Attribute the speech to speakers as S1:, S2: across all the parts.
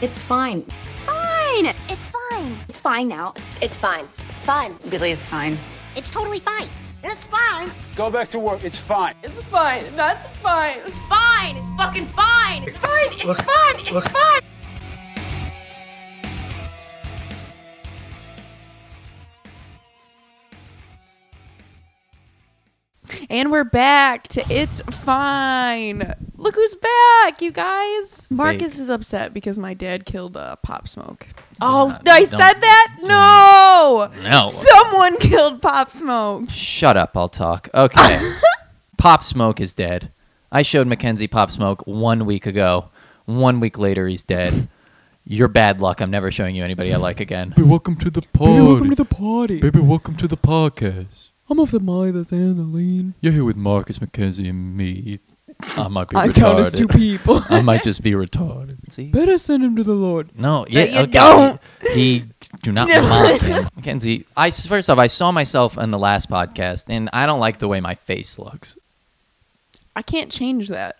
S1: It's fine.
S2: It's fine. It's fine.
S1: It's fine now.
S3: It's fine. It's fine.
S4: Really, it's fine.
S2: It's totally fine.
S3: It's fine.
S5: Go back to work. It's fine.
S6: It's fine. That's fine.
S3: It's fine. It's fucking fine. It's fine. It's look, fine. It's look. fine.
S7: And we're back to It's Fine. Look who's back, you guys. Marcus is upset because my dad killed uh, Pop Smoke. Oh, I said
S8: don't-
S7: that? No.
S8: No.
S7: Someone killed Pop Smoke.
S8: Shut up, I'll talk. Okay. Pop Smoke is dead. I showed Mackenzie Pop Smoke one week ago. One week later, he's dead. You're bad luck. I'm never showing you anybody I like again.
S9: welcome to the party. Baby, welcome to the
S10: party.
S9: Baby, welcome to the podcast.
S10: I'm off the Molly that's Annaline.
S9: You're here with Marcus McKenzie and me. I might be
S7: I
S9: retarded.
S7: count as two people.
S9: I might just be retarded.
S8: See?
S10: Better send him to the Lord.
S8: No, yeah,
S7: you
S8: okay.
S7: don't.
S8: He do not mock him, Mackenzie. I first off, I saw myself in the last podcast, and I don't like the way my face looks.
S7: I can't change that.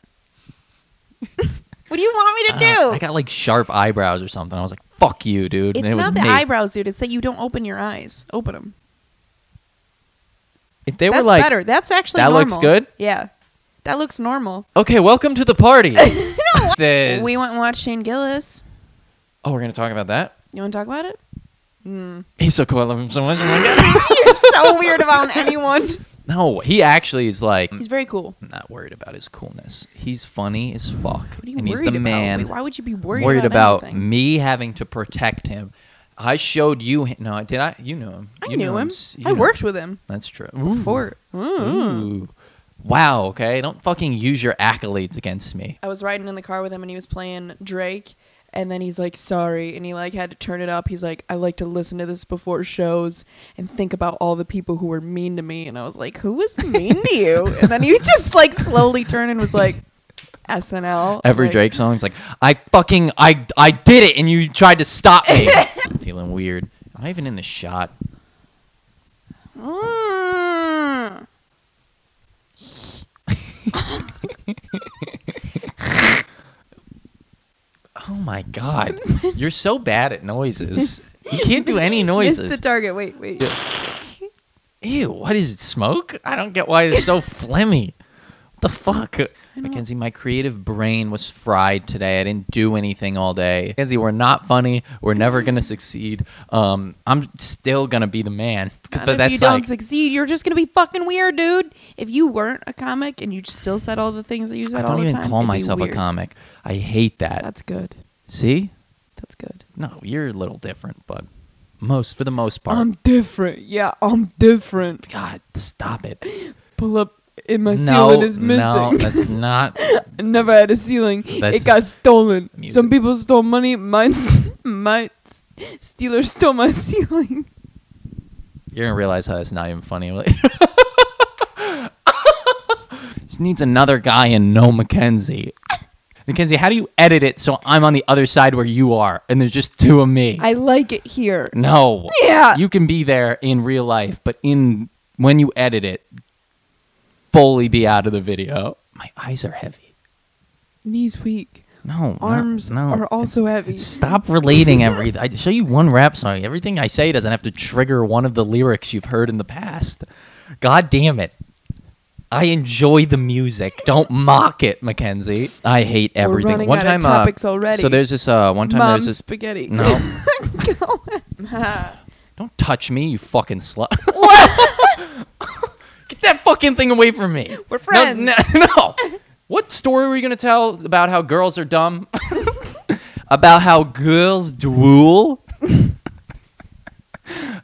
S7: what do you want me
S8: I
S7: to
S8: don't-
S7: do?
S8: Uh, I got like sharp eyebrows or something. I was like, "Fuck you, dude."
S7: it's
S8: and it
S7: not
S8: was
S7: the
S8: me.
S7: eyebrows, dude. It's that you don't open your eyes. Open them.
S8: If they
S7: That's
S8: were like,
S7: better. That's actually
S8: "That
S7: normal.
S8: looks good?"
S7: Yeah. That looks normal.
S8: "Okay, welcome to the party." This-
S7: We went and watched Shane Gillis.
S8: Oh, we're gonna talk about that.
S7: You want to talk about it?
S8: He's so cool. I love him so much. Oh my God.
S7: You're so weird about anyone.
S8: no, he actually is like.
S7: He's very cool.
S8: I'm not worried about his coolness. He's funny as fuck,
S7: What are you
S8: and
S7: worried
S8: he's the
S7: about?
S8: man.
S7: Wait, why would you be worried,
S8: worried
S7: about,
S8: about,
S7: anything?
S8: me having to protect him. I showed you. hi- No, did I? You knew him.
S7: I
S8: you
S7: knew him.
S8: s- you
S7: I
S8: know
S7: worked with him
S8: That's true.
S7: before. Mm. Hmm.
S8: Ooh. Wow. Okay. Don't fucking use your accolades against me.
S7: I was riding in the car with him and he was playing Drake and then he's like sorry and he like had to turn it up. He's like I like to listen to this before shows and think about all the people who were mean to me and I was like who was mean to you? And then he just like slowly turned and was like SNL.
S8: Every
S7: Like,
S8: Drake song's like, I fucking, I, I did it, and you tried to stop me. Feeling weird. Am I even in the shot?
S7: Mm.
S8: Oh my god, you're so bad at noises. You can't do any
S7: Missed the
S8: noises.
S7: target. Wait, wait.
S8: Ew, what is it? Smoke? I don't get why it's so phlegmy. What the fuck? Mackenzie, my creative brain was fried today. I didn't do anything all day. Mackenzie, we're not funny. We're never gonna succeed. Um, I'm still gonna be the man.
S7: God, if you don't succeed, you're just gonna be fucking weird, dude. If you weren't a comic and you still said all the things that you said
S8: I
S7: all
S8: don't
S7: the
S8: even
S7: time,
S8: call
S7: it'd be
S8: myself a
S7: weird.
S8: comic. I hate that.
S7: That's good.
S8: See?
S7: That's good.
S8: No, you're a little different, but most for the most part.
S7: Um,
S10: I'm different. Yeah, I'm different.
S8: God, stop it.
S10: Pull up in my
S8: no,
S10: ceiling is missing.
S8: no, that's not.
S10: I never had a ceiling.
S8: That's
S10: it got stolen.
S8: music.
S10: Some people stole money. Mine, my stealer stole my ceiling.
S8: You're gonna realize how it's not even funny. later. Just needs another guy and no Mackenzie. Mackenzie, how do you edit it so I'm on the other side where you are, and there's just two of me?
S10: I like it here.
S8: no.
S10: Yeah.
S8: You can be there in real life, but in when you edit it, fully be out of the video. My eyes are heavy.
S10: Knees weak.
S8: No, no,
S10: Arms
S8: no,
S10: are also heavy.
S8: Stop relating everything. I show you one rap song. Everything I say doesn't have to trigger one of the lyrics you've heard in the past. God damn it. I enjoy the music. Don't mock it, Mackenzie. I hate everything.
S10: running
S8: one
S10: out of
S8: time,
S10: topics
S8: uh,
S10: already.
S8: So there's this uh, one time
S10: Mom's
S8: there's this.
S10: spaghetti.
S8: No,
S10: Go
S8: don't touch me, you fucking slut. Get that fucking thing away from me.
S7: We're friends.
S8: No, no, no. What story were you gonna tell about how girls are dumb? about how girls drool?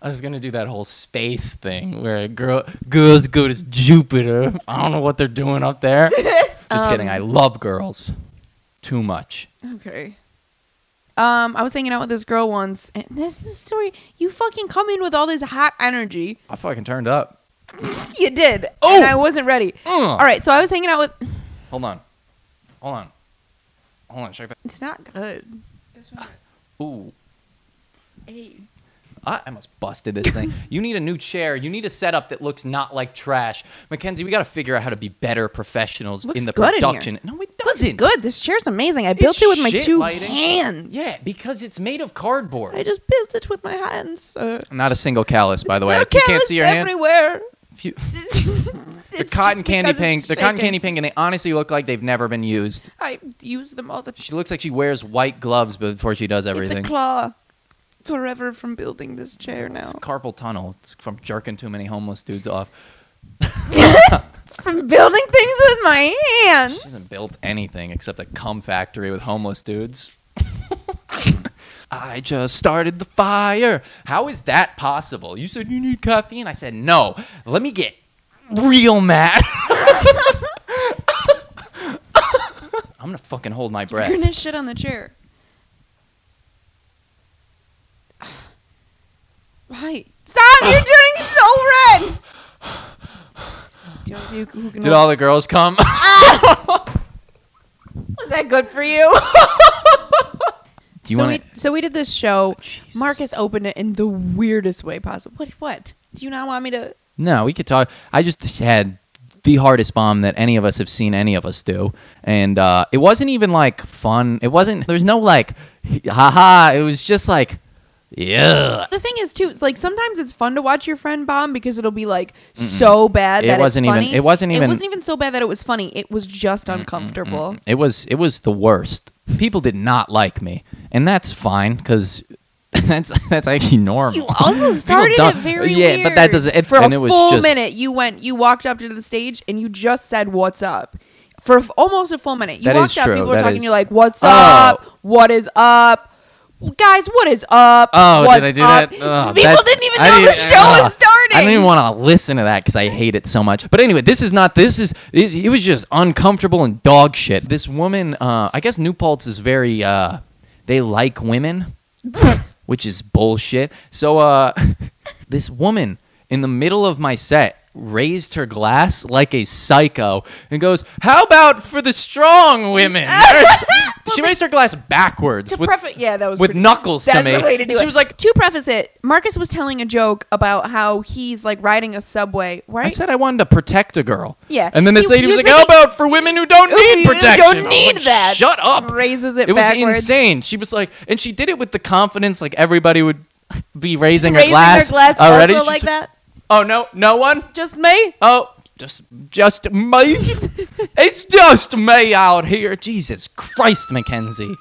S8: I was gonna do that whole space thing where a girl girls go to Jupiter. I don't know what they're doing up there. Just kidding.
S7: Um,
S8: I love girls too much.
S7: Okay. Um, I was hanging out with this girl once, and this is a story. You fucking come in with all this hot energy.
S8: I fucking turned up.
S7: You did. Oh, and I wasn't ready. All right, so I was hanging out with.
S8: Hold on. Hold on. Hold on. Check that.
S7: It's not good.
S8: Ooh. I almost busted this thing. You need a new chair. You need a setup that looks not like trash. Mackenzie, we got to figure out how to be better professionals
S7: Looks
S8: in the
S7: good in here.
S8: production. no, we don't.
S7: looks
S8: doesn't.
S7: good. This chair's amazing. I built
S8: It's
S7: it with my
S8: shit
S7: two
S8: lighting.
S7: hands.
S8: Yeah, because it's made of cardboard.
S7: I just built it with my hands. sir.
S8: Not a single callus, by the way.
S7: There are
S8: If you can't
S7: calloused
S8: see your hand.
S7: everywhere.
S8: if you- the
S7: the
S8: cotton candy pink. The cotton candy pink, and they honestly look like they've never been used.
S7: I use them all the time.
S8: She looks like she wears white gloves before she does
S7: It's a
S8: everything.
S7: claw forever from building this chair now.
S8: It's carpal tunnel. It's from jerking too many homeless dudes off.
S7: It's from building things with my
S8: She
S7: hands.
S8: hasn't built anything except a cum factory with homeless dudes. I just started the fire. How is that possible? You said you need caffeine. I said no. Let me get real mad. I'm gonna fucking hold my breath.
S7: You're gonna shit on the chair. Why? Stop! You're doing so red. Do you want to see who, who can?
S8: Did all the girls come?
S7: Was that good for you?
S8: Do you
S7: so
S8: wanna-
S7: we so we did this show. Marcus opened it in the weirdest way possible. What? What? Do you not want me to?
S8: No, we could talk. I just had the hardest bomb that any of us have seen any of us do. And uh, it wasn't even like fun. It wasn't, there's no like, haha. It was just like, yeah.
S7: The thing is, too, it's like sometimes it's fun to watch your friend bomb because it'll be like so bad
S8: It
S7: that
S8: wasn't
S7: it's
S8: even-
S7: funny.
S8: it wasn't even-
S7: It wasn't even so bad that it was funny. It was just uncomfortable.
S8: It was, it was the worst. People did not like me. And that's fine because. That's that's actually normal.
S7: You also started
S8: don't-
S7: it very
S8: yeah,
S7: weird.
S8: but that doesn't- it-
S7: for
S8: and
S7: a
S8: it was
S7: full
S8: just-
S7: minute. You went, you walked up to the stage, and you just said, "What's up?" For f- almost a full minute. You
S8: That is
S7: walked up,
S8: true.
S7: people were
S8: That
S7: talking.
S8: is-
S7: You're like, "What's
S8: Oh.
S7: up? What is up?" Guys, what is up?
S8: Oh,
S7: What's
S8: did I do
S7: up?
S8: that? Ugh,
S7: People
S8: that's-
S7: didn't even
S8: I
S7: know the
S8: didn't-
S7: show was
S8: ugh.
S7: starting.
S8: I didn't even want to listen to that because I hate it so much. But anyway, this is not. This is. This, it was just uncomfortable and dog shit. This woman, uh, I guess New Paltz is very. Uh, they like women, which is bullshit. So uh, this woman in the middle of my set raised her glass like a psycho and goes, "How about for the strong women?" she raised her glass backwards
S7: to
S8: with,
S7: preface, yeah, that was
S8: with
S7: pretty-
S8: knuckles to
S7: That's
S8: me.
S7: the way to do
S8: she
S7: it.
S8: was like,
S7: to preface it, Marcus was telling a joke about how he's like riding a subway, right?
S8: I said I wanted to protect a girl.
S7: Yeah.
S8: And then this
S7: He-
S8: lady
S7: he
S8: was,
S7: was
S8: like,
S7: making-
S8: how about for women who don't
S7: Who
S8: need protection? I
S7: Don't
S8: was
S7: need
S8: like,
S7: that.
S8: Shut up.
S7: Raises it,
S8: It was
S7: backwards.
S8: insane. She was like, and she did it with the confidence like everybody would be raising, her
S7: Raising
S8: glass,
S7: her glass
S8: already.
S7: also
S8: She's
S7: like that.
S8: Oh, no, no one?
S7: Just me.
S8: Oh, just, just me. it's just me out here. Jesus Christ, Mackenzie.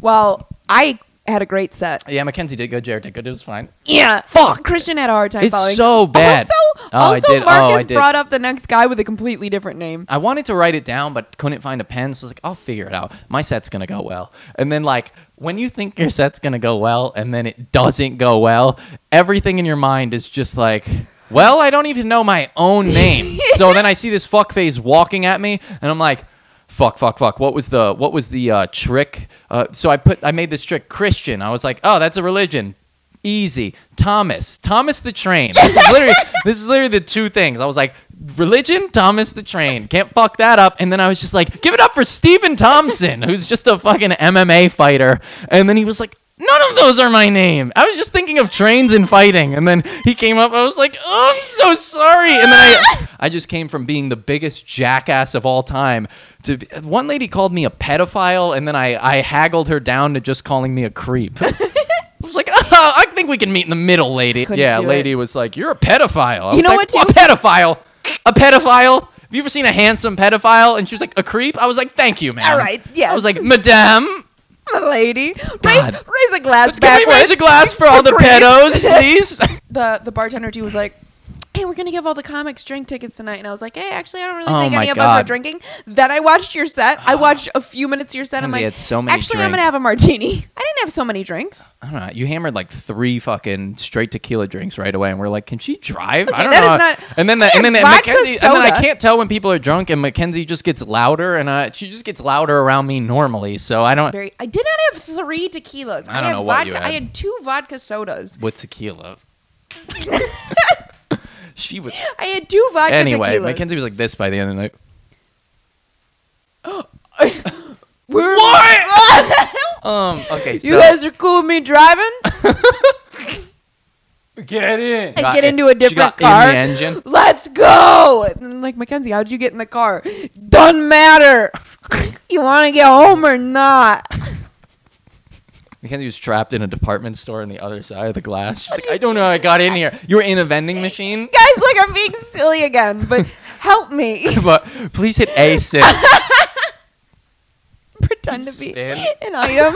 S7: Well, I had a great set.
S8: Yeah, Mackenzie did good. Jared did good. It was fine.
S7: Yeah. Fuck. Christian had a hard time
S8: It's
S7: following.
S8: so bad.
S7: Also,
S8: Oh, I
S7: also
S8: did- oh, I
S7: Marcus
S8: did.
S7: brought up the next guy with a completely different name.
S8: I wanted to write it down, but couldn't find a pen. So I was like, I'll figure it out. My set's going to go well. And then, like, when you think your set's going to go well and then it doesn't go well, everything in your mind is just like, well, I don't even know my own name. so then I see this fuckface walking at me, and I'm like, fuck, fuck, fuck. What was the what was the uh, trick? Uh, so I put I made this trick Christian. I was like, oh, that's a religion. Easy. Thomas. Thomas the train. This is literally this is literally the two things. I was like, religion, Thomas the train. Can't fuck that up. And then I was just like, give it up for Stephen Thompson, who's just a fucking MMA fighter. And then he was like, None of those are my name. I was just thinking of trains and fighting. And then he came up. I was like, oh, I'm so sorry. And then I, I just came from being the biggest jackass of all time. To be, One lady called me a pedophile. And then I, I haggled her down to just calling me a creep. I was like, oh, I think we can meet in the middle, lady.
S7: Couldn't
S8: yeah,
S7: do
S8: lady was like, you're a pedophile. I
S7: You
S8: was
S7: know
S8: like,
S7: what, too?
S8: A pedophile. A pedophile. Have you ever seen a handsome pedophile? And she was like, a creep. I was like, thank you, man.
S7: All right,
S8: I
S7: yes.
S8: was like, madame.
S7: My lady, raise,
S8: God.
S7: raise a glass
S8: Can we raise
S7: backwards.
S8: a glass for all the pedos, please?
S7: the the bartender too was like, "Hey, we're gonna give all the comics drink tickets tonight," and I was like, "Hey, actually, I don't really
S8: Oh
S7: think
S8: my
S7: any of us are
S8: God. Ah.
S7: drinking." Then I watched your set. I watched a few minutes of your set. I'm
S8: Lindsay
S7: like,
S8: had so many
S7: "Actually, I'm
S8: drinks."
S7: gonna have a martini." I didn't have so many drinks.
S8: I don't know. You hammered like three fucking straight tequila drinks right away, and we're like, "Can she drive?" I
S7: Okay,
S8: don't
S7: that
S8: know.
S7: is not-
S8: and then
S7: I
S8: the, and then
S7: had
S8: the,
S7: vodka
S8: Mackenzie, and then I
S7: soda.
S8: can't tell when people are drunk, and Mackenzie just gets louder, and uh, she just gets louder around me normally. So I don't
S7: Very. I did not have three tequilas.
S8: I don't
S7: had
S8: know what
S7: vodka.
S8: you
S7: I
S8: had.
S7: had two vodka sodas.
S8: with tequila. she was
S7: I had two vodka
S8: anyway.
S7: tequilas.
S8: Mackenzie was like this by the end of the night.
S7: We're-
S8: Um. Okay.
S7: you
S8: so-
S7: guys are cool with me driving.
S8: get in.
S7: I get into a
S8: She got
S7: different car.
S8: In the engine.
S7: Let's go. And I'm like Mackenzie, how'd you get in the car? Doesn't matter.
S10: You want to get home or not?
S8: Mackenzie was trapped in a department store on the other side of the glass. She's like, I don't know how I got in here. You were in a vending machine,
S10: Guys, look, I'm being silly again, but help me.
S8: but please hit A6.
S10: Pretend to be
S8: Spin.
S10: an item.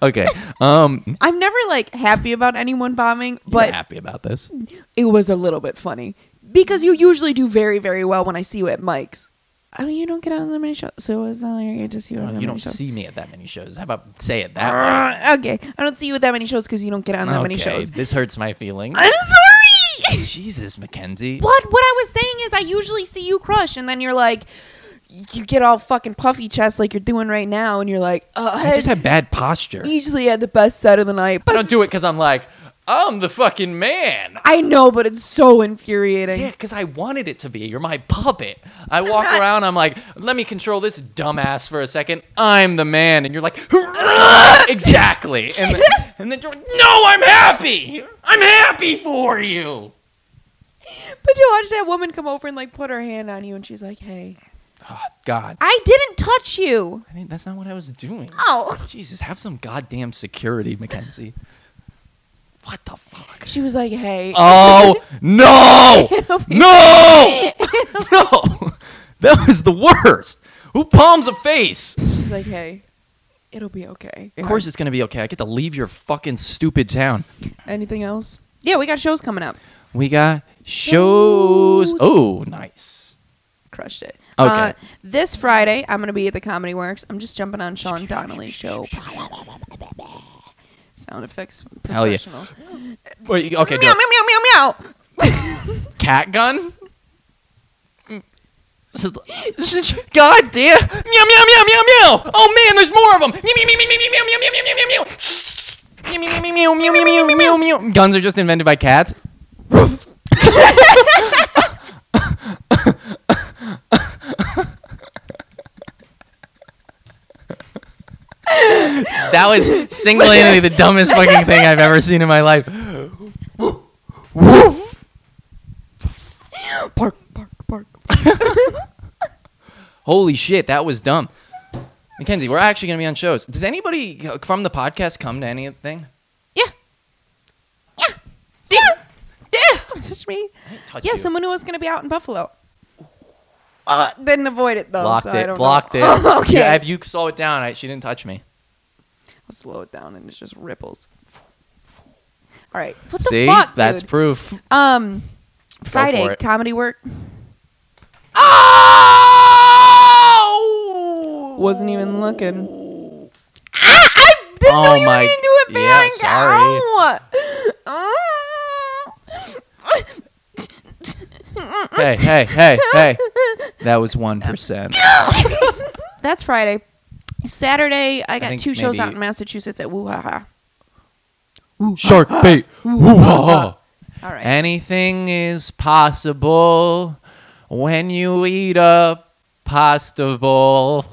S8: Okay. Um,
S7: I'm never like happy about anyone bombing,
S8: but
S7: but
S8: happy about this.
S7: it was a little bit funny because you usually do very, very well when I see you at Mike's. I mean, you don't get on that many shows, so it's not like I get to see you on that
S8: You
S7: many
S8: don't
S7: shows.
S8: see me at that many shows. How about say it that way?
S7: Uh, okay, I don't see you at that many shows because you don't get on that many
S8: Okay,
S7: shows.
S8: This hurts my feelings.
S7: I'm sorry.
S8: Jesus, Mackenzie.
S7: But what I was saying is, I usually see you crush, and then you're like, you get all fucking puffy chest like you're doing right now, and you're like, uh, I,
S8: I just had bad posture.
S7: usually had the best set of the night,
S8: I
S7: but
S8: don't do it because I'm like, I'm the fucking man.
S7: I know, but it's so infuriating.
S8: Yeah, because I wanted it to be. You're my puppet. I walk around, I'm like, let me control this dumbass for a second. I'm the man. And you're like, exactly. And then, and then you're like, no, I'm happy. I'm happy for you.
S7: But you watch that woman come over and like put her hand on you, and she's like, "Hey,
S8: Oh, God.
S7: I didn't touch you."
S8: I mean, that's not what I was doing.
S7: Oh,
S8: Jesus, have some goddamn security, Mackenzie. What the fuck?
S7: she was like, "Hey."
S8: Oh no! no! no! That was the worst. Who palms a face?
S7: She's like, "Hey, it'll be okay."
S8: Of course it's gonna be okay. I get to leave your fucking stupid town.
S7: Anything else? Yeah, we got shows coming up.
S8: We got shows.
S7: Shows.
S8: Oh, nice.
S7: crushed it.
S8: Okay.
S7: Uh, this Friday, I'm going to be at the Comedy Works. I'm just jumping on Sean Donnelly's show. Sound effects
S8: Hell yeah.
S7: professional.
S8: Wait, you- okay, do
S7: Meow,
S8: it.
S7: meow, meow, meow, meow.
S8: cat gun. God damn! Meow meow meow meow meow! Oh man, there's more of them! Meow meow meow meow meow meow meow meow meow meow meow. Meow, meow, meow, meow, meow, meow, meow, meow, meow, meow. Guns are just invented by cats. that was single-handedly the dumbest fucking thing I've ever seen in my life.
S7: Park, park, park.
S8: Holy shit, that was dumb. Mackenzie, we're actually going to be on shows. Does anybody uh, from the podcast come to anything?
S7: Yeah. Yeah. Don't touch me.
S8: Touch
S7: Yeah,
S8: you.
S7: someone who was going to be out in Buffalo. Uh, didn't avoid it, though.
S8: blocked
S7: so I
S8: it.
S7: don't
S8: Blocked
S7: know.
S8: it.
S7: okay.
S8: Yeah, if you slow it down, I, she didn't touch me.
S7: I'll slow it down, and it's just ripples. All right. What the
S8: See,
S7: fuck,
S8: that's
S7: dude?
S8: proof.
S7: um, Friday,
S8: for it.
S7: Comedy Work.
S8: Oh!
S7: Wasn't even looking.
S8: oh my!
S7: do it
S8: yeah,
S7: back.
S8: sorry.
S7: Ow.
S8: oh. Hey, hey, hey, hey! That was one percent.
S7: That's Friday. Saturday, I got
S8: think
S7: two shows
S8: maybe-
S7: out in Massachusetts at Woo-ha-ha.
S9: Shark bait. Woo ha
S7: All right.
S8: Anything is possible when you eat a pasta bowl.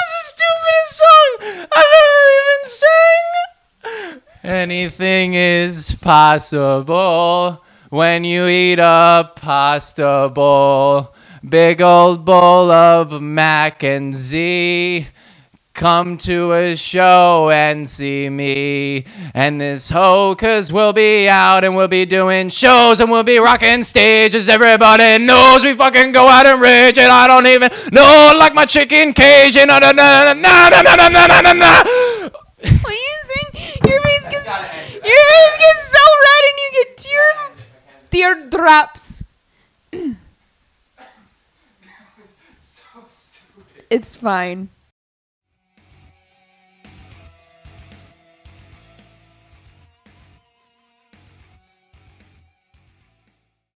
S8: that was the stupidest song I've ever even sang. Anything is possible when you eat a pasta bowl. Big old bowl of mac and z. Come to a show and see me. And this hoe, cause we'll be out and we'll be doing shows and we'll be rocking stages. Everybody knows we fucking go out and rage. And I don't even know, like my chicken cage. And na na na na na na na na na na na.
S7: what are you saying? Your face gets, your face gets so red and you get tear, tear drops. it's fine.